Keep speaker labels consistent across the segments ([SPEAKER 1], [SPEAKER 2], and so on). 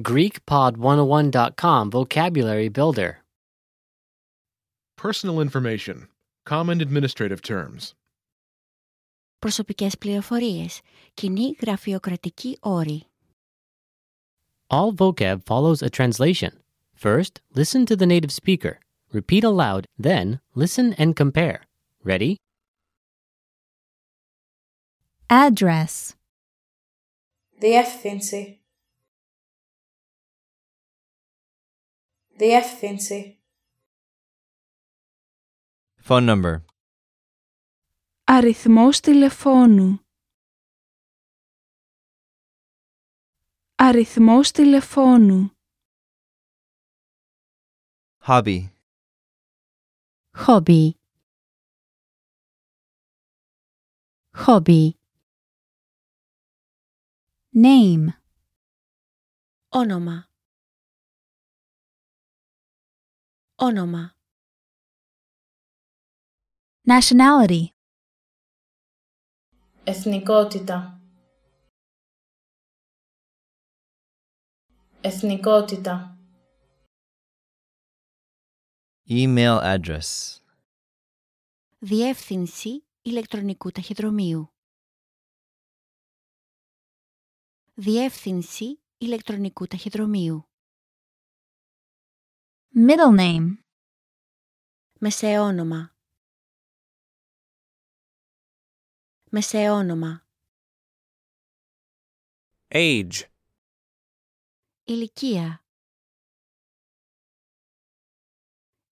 [SPEAKER 1] GreekPod101.com Vocabulary Builder.
[SPEAKER 2] Personal information. Common administrative terms.
[SPEAKER 3] Προσωπικές πληροφορίες. Κοινή γραφειοκρατική όρη.
[SPEAKER 1] All vocab follows a translation. First, listen to the native speaker. Repeat aloud, then, listen and compare. Ready?
[SPEAKER 4] address,
[SPEAKER 5] Διεύθυνση. Διεύθυνση.
[SPEAKER 6] Phone number.
[SPEAKER 7] Αριθμός τηλεφώνου. Αριθμός τηλεφώνου.
[SPEAKER 6] Hobby.
[SPEAKER 4] hobby, hobby, name,
[SPEAKER 3] Όνομα. Όνομα.
[SPEAKER 4] nationality,
[SPEAKER 5] Εθνικότητα. Εθνικότητα.
[SPEAKER 6] Email address.
[SPEAKER 3] Διεύθυνση ηλεκτρονικού ταχυδρομείου. Διεύθυνση ηλεκτρονικού ταχυδρομείου.
[SPEAKER 4] middle name,
[SPEAKER 3] Μεσαίωνομα. Μεσαίωνομα.
[SPEAKER 8] Age.
[SPEAKER 3] Ηλικία.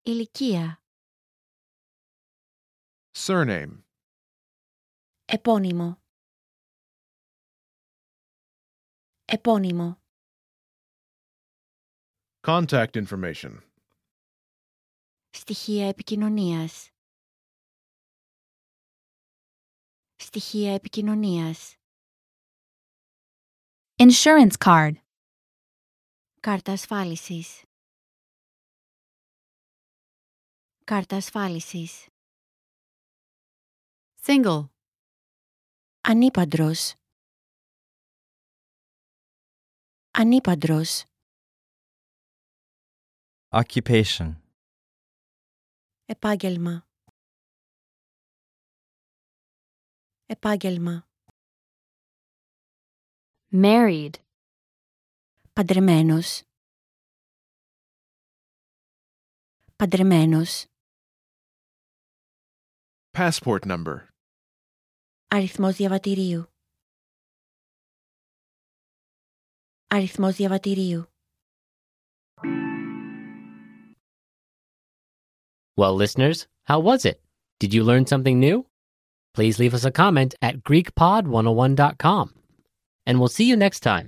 [SPEAKER 3] Ηλικία.
[SPEAKER 2] Surname.
[SPEAKER 3] Επώνυμο. Επώνυμο.
[SPEAKER 2] Contact information.
[SPEAKER 3] Στοιχεία επικοινωνίας. Στοιχεία επικοινωνίας.
[SPEAKER 4] insurance card,
[SPEAKER 3] Κάρτα ασφάλισης. Κάρτα ασφάλισης.
[SPEAKER 4] single,
[SPEAKER 3] Ανήπαντρος. Ανήπαντρος.
[SPEAKER 6] Occupation.
[SPEAKER 3] Επάγγελμα. Επάγγελμα.
[SPEAKER 4] married,
[SPEAKER 3] Παντρεμένος. Παντρεμένος.
[SPEAKER 2] Passport number.
[SPEAKER 3] Αριθμός διαβατηρίου. Αριθμός διαβατηρίου.
[SPEAKER 1] Well, listeners, how was it? Did you learn something new? oh Please leave us a comment at GreekPod101.com. And we'll see you next time.